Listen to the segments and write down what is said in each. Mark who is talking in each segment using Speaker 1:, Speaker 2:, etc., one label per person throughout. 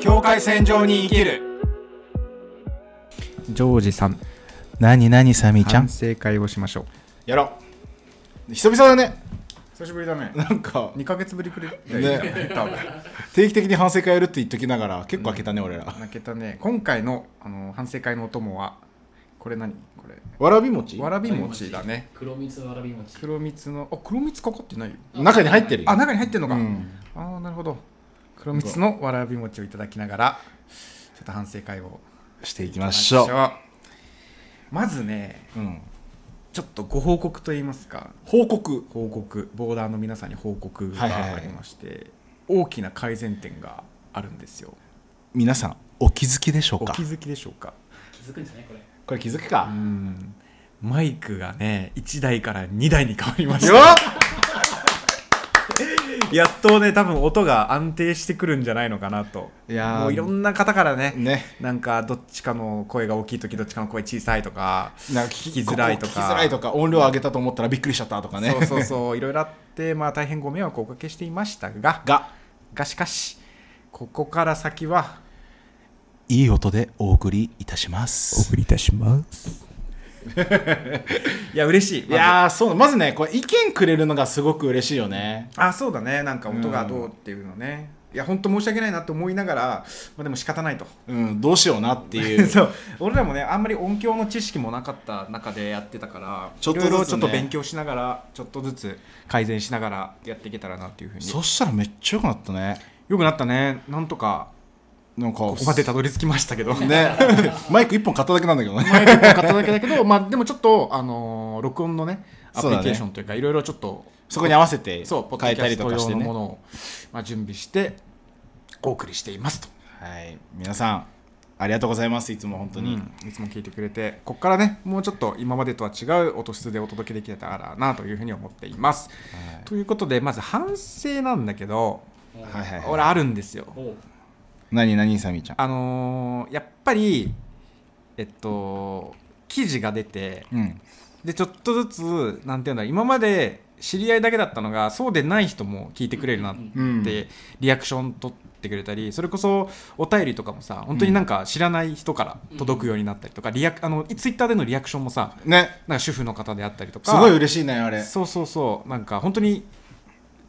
Speaker 1: 境界線上に生きる
Speaker 2: ジョージさん
Speaker 3: 何何サミちゃん
Speaker 2: 反省会をしましょ
Speaker 1: やろう久々だね
Speaker 2: う久しぶりだね
Speaker 1: なんか
Speaker 2: 2ヶ月ぶりくらい
Speaker 1: ね定期的に反省会やるって言っときながら結構開けたね、俺ら
Speaker 2: 泣けたね今回のあの反省会のお供はこれ何これ
Speaker 1: わらび餅
Speaker 2: わらび餅だね
Speaker 4: 黒蜜わらび餅
Speaker 2: 黒蜜のあ黒蜜かかってないよ
Speaker 1: 中に入ってるよ
Speaker 2: あ中に入ってんのか、
Speaker 1: うん
Speaker 2: ああなるほど黒蜜のわらび餅をいただきながらちょっと反省会を
Speaker 1: していきましょう、
Speaker 2: まずね
Speaker 1: うん、
Speaker 2: ちょっとご報告といいますか
Speaker 1: 報告
Speaker 2: 報告ボーダーの皆さんに報告
Speaker 1: はいはいは
Speaker 2: が
Speaker 1: い
Speaker 2: ありまして、大きな改善点があるんですよ
Speaker 1: 皆さんお気づきでしょう
Speaker 2: お
Speaker 1: か
Speaker 2: 気づきでしょうか
Speaker 4: 気づくんじゃないこれ
Speaker 1: これ気づく
Speaker 2: う
Speaker 1: か、
Speaker 2: んマイクがね1台から2台に変わりまし
Speaker 1: よ
Speaker 2: た
Speaker 1: っ
Speaker 2: やっとね多分音が安定してくるんじゃないのかなと
Speaker 1: いやー
Speaker 2: もういろんな方からね
Speaker 1: ね
Speaker 2: なんかどっちかの声が大きい時どっちかの声小さいとか
Speaker 1: なんか聞
Speaker 2: 聞きづらいとか
Speaker 1: ここ聞きづらいとか音量上げたと思ったらびっくりしちゃったとかね
Speaker 2: そうそうそういろいろあって、まあ、大変ご迷惑をおかけしていましたがが
Speaker 1: が
Speaker 2: しかしここから先はい
Speaker 1: い音でお送りいたします
Speaker 2: りいたしますいや嬉しいまず
Speaker 1: いやーそうまずねこれ意見くれるのがすごく嬉しいよね、
Speaker 2: あそうだねなんか音がどうっていうのね、いや本当申し訳ないなと思いながら、まあ、でも仕方ないと
Speaker 1: うん、どうしようなっていう
Speaker 2: そう俺らもねあんまり音響の知識もなかった中でやってたから
Speaker 1: ちょっとずつね
Speaker 2: いろいろちょっと勉強しながらちょっとずつ改善しながらやっていけたらなっていうふうに
Speaker 1: そしたらめっちゃ良くなったね
Speaker 2: よくなったねなんとか
Speaker 1: なんか
Speaker 2: ここまでたどり着きました けど
Speaker 1: ね マイク1本買っただけなんだけどね
Speaker 2: 前で買っただけだけ ど、まあ、でもちょっと、あのー録音のねアプ
Speaker 1: そうだね
Speaker 2: リケーションというかいろいろちょっと
Speaker 1: そこに合わせて
Speaker 2: そうポッ
Speaker 1: 変え
Speaker 2: ドキ
Speaker 1: た
Speaker 2: ャ
Speaker 1: り
Speaker 2: ス
Speaker 1: と
Speaker 2: ト
Speaker 1: かし
Speaker 2: 用
Speaker 1: て
Speaker 2: の
Speaker 1: ね
Speaker 2: ものを、まあ、準備してお送りしていますと
Speaker 1: はい皆さんありがとうございますいつも本当に、
Speaker 2: うんいつも聞いてくれてここからねもうちょっと今までとは違う音質でお届けできたらなというふうに思っています、ということでまず反省なんだけど
Speaker 1: はいはいはい
Speaker 2: 俺あるんですよ
Speaker 4: おう
Speaker 1: 何何サミーちゃん
Speaker 2: あのーやっぱりえっと記事が出て
Speaker 1: うん
Speaker 2: でちょっとずつなんていうんだろう今まで知り合いだけだったのがそうでない人も聞いてくれるなっ
Speaker 1: うん
Speaker 2: てリアクション取ってくれたりそれこそお便りとかもさ本当になんか知らない人から届くようになったりとかリアクあのツイッターでのリアクションもさ
Speaker 1: ね
Speaker 2: なんか主婦の方であったりとか
Speaker 1: すごい嬉しいねあれ
Speaker 2: そうそうそうなんか本当に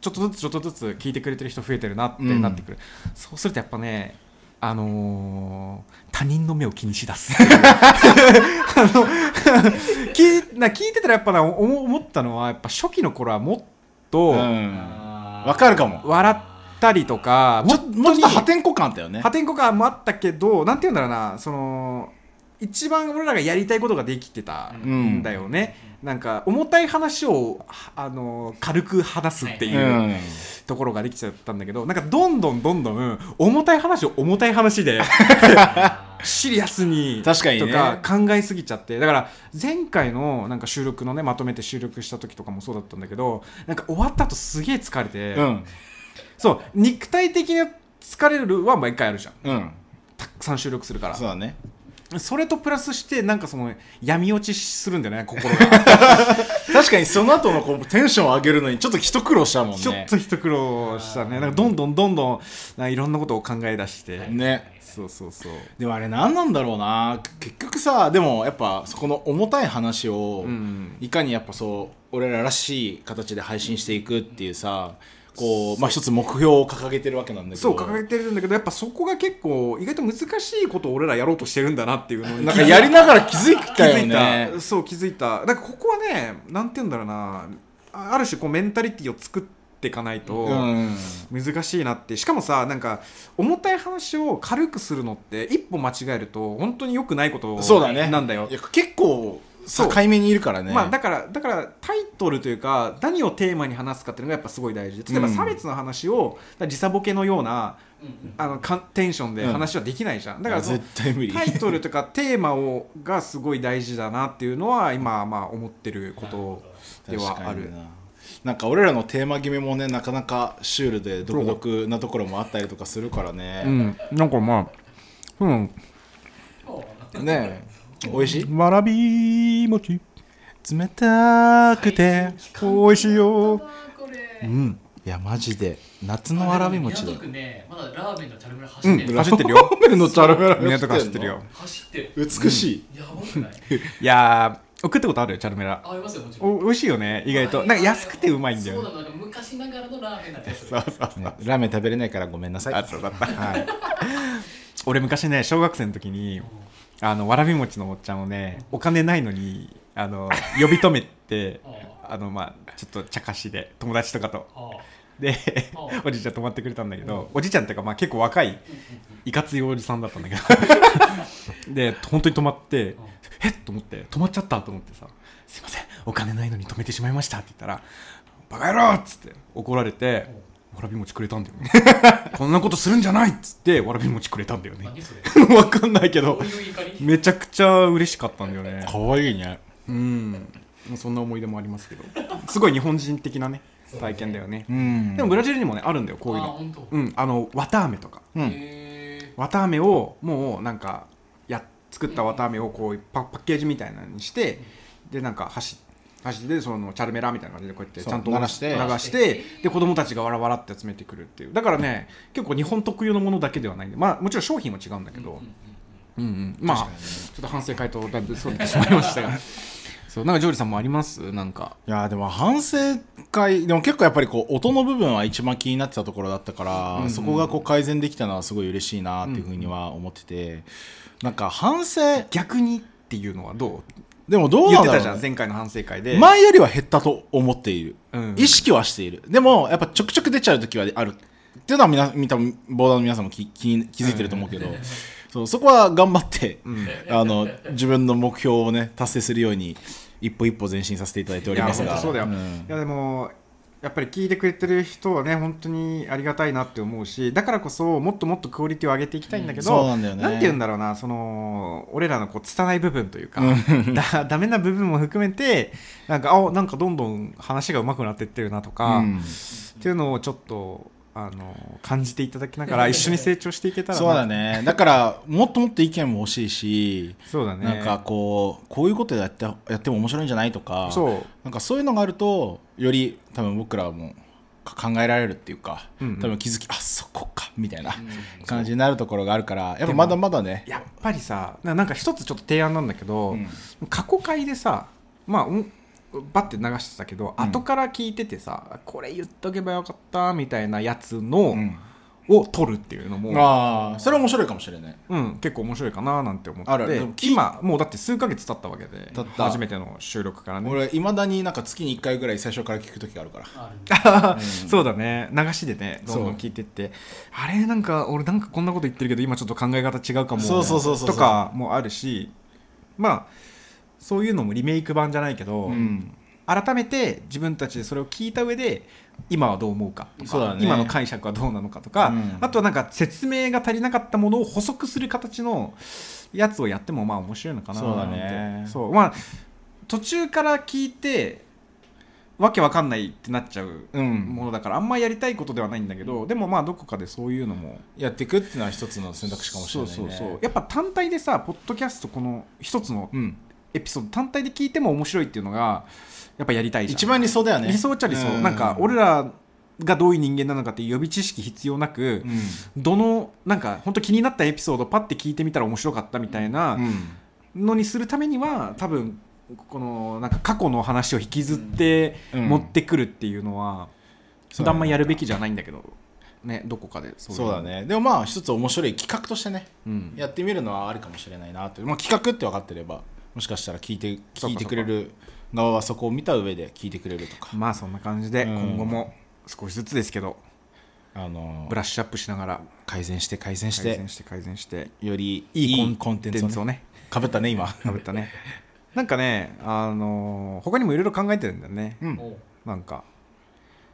Speaker 2: ちょっとずつちょっとずつ聞いてくれてる人増えてるなって
Speaker 1: うん
Speaker 2: なってくる、そうするとやっぱねあのー他人の目を気にしだ すあの聞いな聞いてたらやっぱなお思ったのはやっぱ初期の頃はもっと
Speaker 1: うんわ
Speaker 4: わ
Speaker 1: かるかも
Speaker 2: 笑ったりとか、
Speaker 1: ちょ
Speaker 2: 本当に
Speaker 1: もうちょっと破天荒感あったよね
Speaker 2: 破天荒感もあったけどなんて言うんだろうなその一番俺らがやりたいことができてたんだよね、なんか重たい話をはあの軽く話すっていう、
Speaker 1: うん
Speaker 2: ところができちゃったんだけどなんかどんどんどんどん重たい話を重たい話 で シリアスに
Speaker 1: 確かにね
Speaker 2: とか考えすぎちゃってだから前回のなんか収録のねまとめて収録した時とかもそうだったんだけどなんか終わった後すげえ疲れて、
Speaker 1: うん
Speaker 2: そう肉体的な疲れるは毎回あるじゃん
Speaker 1: うん
Speaker 2: たくさん収録するから
Speaker 1: そうだね
Speaker 2: それとプラスしてなんかその闇落ちするん だよね心が
Speaker 1: 確かにその後のこうテンションを上げるのにちょっと一苦労したもん
Speaker 2: ちょっ
Speaker 1: ね
Speaker 2: と一苦労したねなんかどんどんどんどんなんかいろんなことを考え出して、
Speaker 1: ね
Speaker 2: そうそうそう
Speaker 1: でもあれ何なんだろうな結局さでもやっぱそこの重たい話を、
Speaker 2: うん
Speaker 1: いかにやっぱそう俺ららしい形で配信していくっていうさこうまあ一つ目標を掲げてるわけなんだけど
Speaker 2: そう掲げてるんだけどやっぱそこが結構意外と難しいことを俺らやろうとしてるんだなっていうの に
Speaker 1: なんかやりながら気づいたよね
Speaker 2: 気づいたそう気づいただからここはねなんて言うんだろうなあある種こうメンタリティーを作っていかないと
Speaker 1: うん
Speaker 2: 難しいなってしかもさなんか重たい話を軽くするのって一歩間違えると本当に良くないこと
Speaker 1: そうだね
Speaker 2: なんだよ
Speaker 1: いや結構
Speaker 2: そう
Speaker 1: 境目にいるからね
Speaker 2: まあ、だからだからタイトルというか何をテーマに話すかっていうのがやっぱすごい大事で例えば
Speaker 1: うん
Speaker 2: 差別の話をだから時差ボケのような
Speaker 4: うんうん
Speaker 2: あのかテンションで話はできないじゃん、だからその
Speaker 1: 絶対無理
Speaker 2: タイトルとかテーマをがすごい大事だなっていう のは今まあ思ってることではあ
Speaker 1: 確か
Speaker 2: る
Speaker 1: にななんか俺らのテーマ決めもねなかなかシュールで独特なところもあったりとかするから
Speaker 2: う
Speaker 1: ね、
Speaker 2: んなんかまあうん
Speaker 1: ねえ美味し
Speaker 2: わらび餅
Speaker 1: い冷たくて
Speaker 2: 美味しいよ
Speaker 4: これ
Speaker 2: うん
Speaker 1: いやマジで夏のわらび餅だ
Speaker 4: 港区ね、まだラーメンのチャルメラ走
Speaker 2: う
Speaker 4: っ
Speaker 2: ん
Speaker 4: てる。
Speaker 2: 走ってる よ
Speaker 1: ラーメンのチャルメラ
Speaker 2: 港区走ってるよ
Speaker 4: 走ってる。
Speaker 1: 美しい、
Speaker 4: やばくない
Speaker 2: いやー食ったことあるチャルメラ
Speaker 4: あ、ありますよ、もちろん。
Speaker 2: お美味しいよね意外となんか安くてうまいんだよ
Speaker 4: そ
Speaker 2: ね
Speaker 4: うなの、なんか昔ながらのラーメンな気がする。
Speaker 2: そうそう
Speaker 1: ねラーメン食べれないからごめんなさい
Speaker 2: あそうだった
Speaker 1: はい、
Speaker 2: 俺昔ね小学生の時にあのわらび餅のおっちゃんをねお金ないのにあの呼び止め て
Speaker 4: あ
Speaker 2: あのまあちょっと茶化しで友達とかと
Speaker 4: ああ
Speaker 2: で
Speaker 4: あ
Speaker 2: おじいちゃん泊まってくれたんだけどおじいちゃんっていうかまあ結構若いいかついおじさんだったんだけ どで本当に泊まってえっと思って泊まっちゃったと思ってさ「すいませんお金ないのに泊めてしまいました」って言ったら「バカ野郎!」っつって怒られてわらび餅くれたんだよね こんなことするんじゃないっつってわらび餅くれたんだよね
Speaker 4: 何それ
Speaker 2: わかんないけ
Speaker 4: ど
Speaker 2: ど
Speaker 4: ういう怒り
Speaker 2: めちゃくちゃ嬉しかったんだよね
Speaker 1: かわいいね
Speaker 2: うんそんな思い出もありますけどすごい日本人的なね体験だよね
Speaker 1: うん
Speaker 2: でもブラジルにもねあるんだよこういう
Speaker 4: あ、
Speaker 2: の
Speaker 4: ほんと。
Speaker 2: うん、あの綿あめとか
Speaker 1: うん
Speaker 4: へ
Speaker 2: 綿あめをもうなんかや作った綿あめをこうパパッケージみたいなのにしてでなんか箸箸でそのチャルメラみたいな感じでこうやって
Speaker 1: そ
Speaker 2: ち
Speaker 1: う
Speaker 2: ゃんと
Speaker 1: 鳴らして
Speaker 2: 鳴らしてで子供たちがわらわらって集めてくるっていうだからね結構日本特有のものだけではないんでまあもちろん商品は違うんだけ
Speaker 4: ーうんう
Speaker 2: ど
Speaker 4: んうん
Speaker 2: うんうんまあちょっと反省会とだいぶそうてしまい ましたがそうなんかジョージさんもありますなんか
Speaker 1: いやーでも反省会でも結構やっぱりこう音の部分は一番気になってたところだったから、
Speaker 2: うんうん
Speaker 1: そこがこう改善できたのはすごい嬉しいなっていうふうには思ってて、なんか反省
Speaker 2: 逆にっていうのはど
Speaker 1: でも
Speaker 2: う
Speaker 1: どう
Speaker 2: 言
Speaker 1: な
Speaker 2: っ
Speaker 1: ん
Speaker 2: て
Speaker 1: だ
Speaker 2: た
Speaker 1: ろ
Speaker 2: じ
Speaker 1: う
Speaker 2: ゃん前回の反省会で、
Speaker 1: 前よりは減ったと思っている、
Speaker 2: うん
Speaker 1: 意識はしているでもやっぱちょくちょく出ちゃう時はあるっていうのはみな多分ボーダーの皆さんも気気に気づいてると思うけど、そうそこは頑張って、
Speaker 2: うん
Speaker 1: あの自分の目標をね達成するように一歩一歩前進させていただいてお
Speaker 2: い
Speaker 1: り
Speaker 2: や
Speaker 1: ます
Speaker 2: 本
Speaker 1: が
Speaker 2: 当そうだよ、
Speaker 1: ん
Speaker 2: いやでもやっぱり聞いてくれてる人はね本当にありがたいなって思うしだからこそもっともっとクオリティを上げていきたいんだけ
Speaker 1: うん
Speaker 2: ど、
Speaker 1: そうなんだよね
Speaker 2: て言うんだろうなその俺らのこう拙い部分というかだ ダメな部分も含めてなんかあなんかどんどん話が上手くなってってるなとか、
Speaker 1: う
Speaker 2: っ
Speaker 1: ん
Speaker 2: ていうのをちょっとあの感じていただきながら一緒に成長していけたらな
Speaker 1: そうだねだからもっともっと意見も欲しいし、
Speaker 2: そうだね
Speaker 1: なんかこうこういうことやってやっても面白いんじゃないとか
Speaker 2: そう
Speaker 1: なんかそういうのがあるとより多分僕らもか考えられるっていうか、
Speaker 2: うんうん
Speaker 1: 多分気づきあそこかみたいな感じになるところがあるからやっぱまだまだね
Speaker 2: やっぱりさななんか一つちょっと提案なんだけど、
Speaker 1: うん
Speaker 2: 過去回でさまあうんバッて流してたけど、
Speaker 1: うん
Speaker 2: 後から聞いててさこれ言っとけばよかったみたいなやつの、
Speaker 1: うん
Speaker 2: を取るっていうのも、
Speaker 1: ああそれは面白いかもしれない
Speaker 2: うん、結構面白いかななんて思って
Speaker 1: あるあるでも聞い
Speaker 2: 今もうだって数ヶ月経ったわけで
Speaker 1: 経った
Speaker 2: 初めての収録からね
Speaker 1: 俺いまだになんか月に1回ぐらい最初から聞く時があるから
Speaker 4: あるね
Speaker 2: そうだね流しでねどんど
Speaker 1: そうん
Speaker 2: 聞いてってあれなんか俺なんかこんなこと言ってるけど今ちょっと考え方違うかも
Speaker 1: そうそうそうそう
Speaker 2: とかもあるしまあそういうのもリメイク版じゃないけど、
Speaker 1: うん
Speaker 2: 改めて自分たちでそれを聞いた上で今はどう思うかと
Speaker 1: そうだ
Speaker 2: か、
Speaker 1: ね
Speaker 2: 今の解釈はどうなのかとか、
Speaker 1: うん
Speaker 2: あとはなんか説明が足りなかったものを補足する形のやつをやってもまあ面白いのかな
Speaker 1: そうだね
Speaker 2: そうまあ途中から聞いてわけわかんないってなっちゃう
Speaker 1: うん
Speaker 2: ものだからあんまやりたいことではないんだけどでもまあどこかでそういうのも
Speaker 1: やっていくっていうのは一つの選択肢かもしれないね
Speaker 2: そうそうそうやっぱ単体でさポッドキャストこの一つの
Speaker 1: うん
Speaker 2: エピソード単体で聞いても面白いっていうのがやっぱやりたいじゃん
Speaker 1: 一番理想だよね
Speaker 2: 理想っちゃ理想、
Speaker 1: う
Speaker 2: なんか俺らがどういう人間なのかっていう予備知識必要なく
Speaker 1: う、ん
Speaker 2: どのなんか本当気になったエピソードパッて聞いてみたら面白かったみたいな
Speaker 1: うん
Speaker 2: のにするためには多分このなんか過去の話を引きずって
Speaker 1: うん
Speaker 2: 持ってくるっていうのは、
Speaker 1: そうだね
Speaker 2: あんまやるべきじゃないんだけどねどこかでそい
Speaker 1: そうだ、ねでもまあ一つ面白い企画としてね
Speaker 2: うん、
Speaker 1: やってみるのはあるかもしれないなという、まあ、企画って分かってればもしかしたら聞いて
Speaker 2: そう
Speaker 1: 聞
Speaker 2: か
Speaker 1: いてくれる側はそこを見た上で聞いてくれるとか、
Speaker 2: まあそんな感じで
Speaker 1: うん
Speaker 2: 今後も少しずつですけど、
Speaker 1: あの
Speaker 2: ブラッシュアップしながら
Speaker 1: 改善して改善し
Speaker 2: 改
Speaker 1: て
Speaker 2: 善して改善して
Speaker 1: より
Speaker 2: い
Speaker 1: いい
Speaker 2: いコ
Speaker 1: コ
Speaker 2: ン
Speaker 1: ン
Speaker 2: テ
Speaker 1: テ
Speaker 2: ン
Speaker 1: ン
Speaker 2: ツ
Speaker 1: ツ
Speaker 2: を
Speaker 1: を
Speaker 2: ね
Speaker 1: ねかぶったね今
Speaker 2: 食べたねなんかねあのー他にもいろいろ考えてるんだよね、
Speaker 1: うん
Speaker 4: おう
Speaker 2: なんか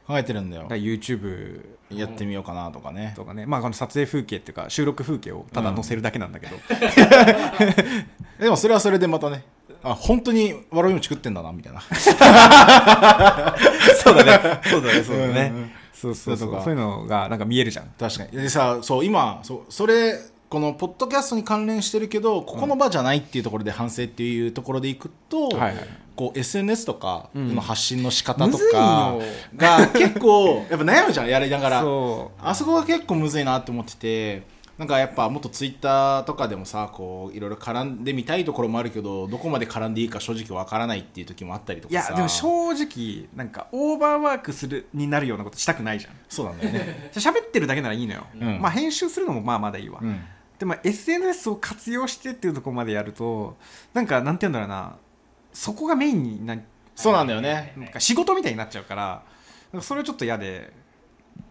Speaker 1: 考えてるんだよ
Speaker 2: だから YouTube
Speaker 1: やってみようかなとかね
Speaker 2: とかね、まあ、この撮影風景っていうか収録風景をただ載せるだけなんだけど、
Speaker 1: でもそれはそれでまたねあ本当にわらび餅食ってんだなみたいな
Speaker 2: そうだねそうだねそうだね
Speaker 1: うんうん
Speaker 2: そうそうそ
Speaker 1: そ
Speaker 2: う
Speaker 1: うとか
Speaker 2: そういうのがなんか見えるじゃん
Speaker 1: 確かにでさそう今そうそれこのポッドキャストに関連してるけどここの場じゃないっていうところで反省っていうところでいくと、
Speaker 2: はいはい
Speaker 1: こう SNS とか
Speaker 2: うん
Speaker 1: の発信の仕方
Speaker 2: む
Speaker 1: と
Speaker 2: ずい
Speaker 1: か
Speaker 2: よ
Speaker 1: が結構やっぱ悩むじゃんやりながら
Speaker 2: そ
Speaker 1: あそこが結構むずいなって思っててなんかやっぱもっとツイッターとかでもさこういろいろ絡んでみたいところもあるけどどこまで絡んでいいか正直わからないっていう時もあったりと
Speaker 2: うい
Speaker 1: か
Speaker 2: や
Speaker 1: さ
Speaker 2: でも正直なんかオーバーワークするになるようなことしたくないじゃん
Speaker 1: そうなんだよね、
Speaker 2: じゃあ喋ってるだけならいいのよ、
Speaker 1: うん
Speaker 2: まあ編集するのもまあまだいいわ、
Speaker 1: うん
Speaker 2: でも SNS を活用してっていうところまでやるとなんかなんて言うんだろうなそこがメインにな
Speaker 1: そうなんだよね
Speaker 2: なんか仕事みたいになっちゃうからなんかそれはちょっと嫌で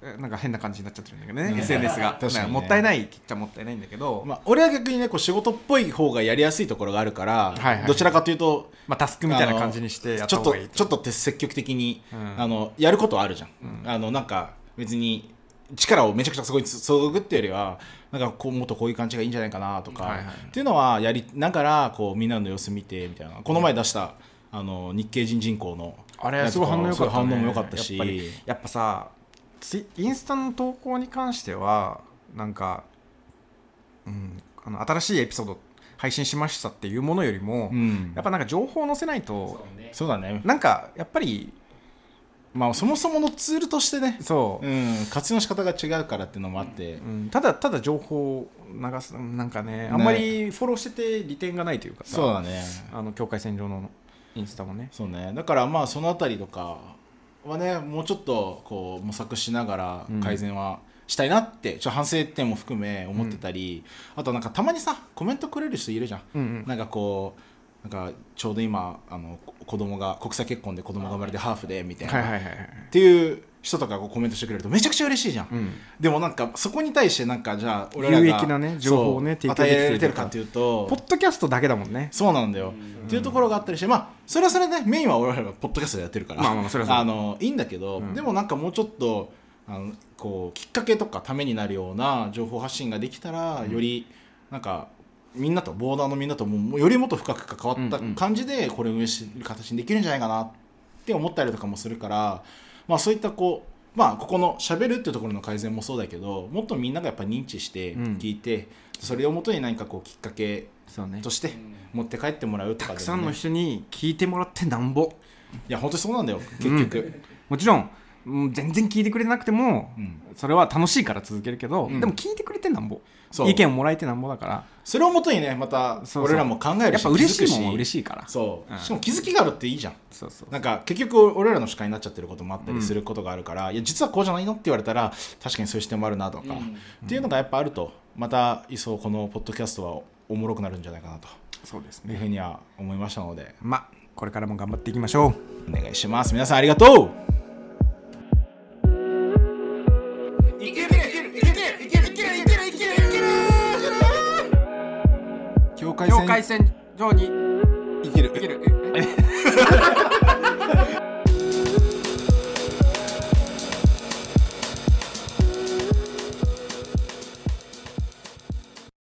Speaker 2: えなんか変な感じになっちゃってるんだけどね、
Speaker 1: うん
Speaker 2: SNS が
Speaker 1: 確かにね
Speaker 2: なんもったいないっちゃもったいないんだけど、
Speaker 1: ま
Speaker 2: ま
Speaker 1: あ、俺は逆にねこう仕事っぽい方がやりやすいところがあるから、
Speaker 2: はいはい
Speaker 1: どちらかというと
Speaker 2: あ、タスクみたいな感じにしてやっ
Speaker 1: ち
Speaker 2: た
Speaker 1: ょっと
Speaker 2: 方がいい
Speaker 1: ちょっとって積極的に、
Speaker 2: うん
Speaker 1: あのやることはあるじゃん、
Speaker 2: うん
Speaker 1: あのなんか別に力をめちゃくちゃそこに注ぐっていうよりはなんかこうもっとこういう感じがいいんじゃないかなとか、
Speaker 2: はいはい
Speaker 1: っていうのはやりながらこうみんなの様子見てみたいなこの前出したあの日系人人口の
Speaker 2: あれ
Speaker 1: やつ
Speaker 2: す
Speaker 1: と
Speaker 2: ごい
Speaker 1: か
Speaker 2: 反応良かった、ね、
Speaker 1: すごい反応も良かったし
Speaker 2: やっぱりやっぱさツイインスタの投稿に関してはなんか、うん、あの新しいエピソード配信しましたっていうものよりも、
Speaker 1: うん
Speaker 2: やっぱなんか情報を載せないと
Speaker 4: そうね
Speaker 1: そうだね、
Speaker 2: なんかやっぱり
Speaker 1: まあ、そもそものツールとしてね、
Speaker 2: そう
Speaker 1: う、ん、活用の仕方が違うからっていうのもあって、
Speaker 2: うんただただ情報を流すなんかねあんまりフォローしてて利点がないというかさ
Speaker 1: そうだね
Speaker 2: あの境界線上のインスタもね
Speaker 1: そうねだからまあそのあたりとかはねもうちょっとこう模索しながら
Speaker 2: うん
Speaker 1: 改善はしたいなって、ちょっと反省点も含め思ってたり、あとなんかたまにさコメントくれる人いるじゃん、
Speaker 2: うんうん
Speaker 1: なんかこうなんかちょうど今あのこ子供が国際結婚で子供が生まれてハーフでみたいな、
Speaker 2: はいはいはいは
Speaker 1: っ
Speaker 2: い
Speaker 1: ていう人とかこうコメントしてくれるとめちゃくちゃ嬉しいじゃん、
Speaker 2: うん
Speaker 1: でもなんかそこに対してなんかじゃあ俺らが
Speaker 2: 有益なね情報をね
Speaker 1: そう
Speaker 2: 提供で
Speaker 1: 与
Speaker 2: きてる
Speaker 1: えられてるかっていうと
Speaker 2: ポッドキャストだけだもんね
Speaker 1: そうなんだよ。っていうところがあったりして、まあ、それはそれで、メインは俺らがポッドキャストでやってるから、
Speaker 2: まあまあまあそれはそう
Speaker 1: のいいんだけど、
Speaker 2: うん
Speaker 1: でもなんかもうちょっとあのこう、きっかけとかためになるような情報発信ができたら、より、なんか、みんなと、ボーダーのみんなとも、もうよりもっと深く関わった
Speaker 2: うんうん
Speaker 1: 感じで、これを運営する形にできるんじゃないかなって思ったりとかもするから、まあ、そういったこう、まあ、ここの喋るっていうところの改善もそうだけどもっとみんながやっぱ認知して
Speaker 2: うん
Speaker 1: 聞いて、それをもとに何かこうきっかけ
Speaker 2: そうね
Speaker 1: として持って帰ってもらうとかでもね、
Speaker 2: たくさんの人に聞いてもらってなんぼ
Speaker 1: いや本当にそうなんだよ結局、
Speaker 2: もちろんうん全然聞いてくれなくても、
Speaker 1: うん
Speaker 2: それは楽しいから続けるけど、
Speaker 1: うん
Speaker 2: でも聞いてくれてなんぼ
Speaker 1: そう
Speaker 2: 意見をもらえてなんぼだから
Speaker 1: それをもとにねまた
Speaker 2: そうそう
Speaker 1: 俺らも考え
Speaker 2: や
Speaker 1: る
Speaker 2: っ
Speaker 1: し
Speaker 2: ぱ嬉しいもんは
Speaker 1: 気づく
Speaker 2: 嬉しいから
Speaker 1: そう、
Speaker 2: うん
Speaker 1: しかも気づきがあるっていいじゃん
Speaker 2: そうそう
Speaker 1: なんか結局俺らの主観になっちゃってることもあったりすることがあるから、いや実はこうじゃないのって言われたら確かにそういう視点もあるなとか、
Speaker 4: うん
Speaker 1: っていうのがやっぱあるとまた一層このポッドキャストはおもろくなるんじゃないかなと
Speaker 2: そうです
Speaker 1: いう
Speaker 2: ね
Speaker 1: ふうには思いましたので
Speaker 2: まあこれからも頑張っていきましょう
Speaker 1: お願いします皆さんありがとう境界
Speaker 2: 境界線上に
Speaker 1: 生きる
Speaker 2: 生きる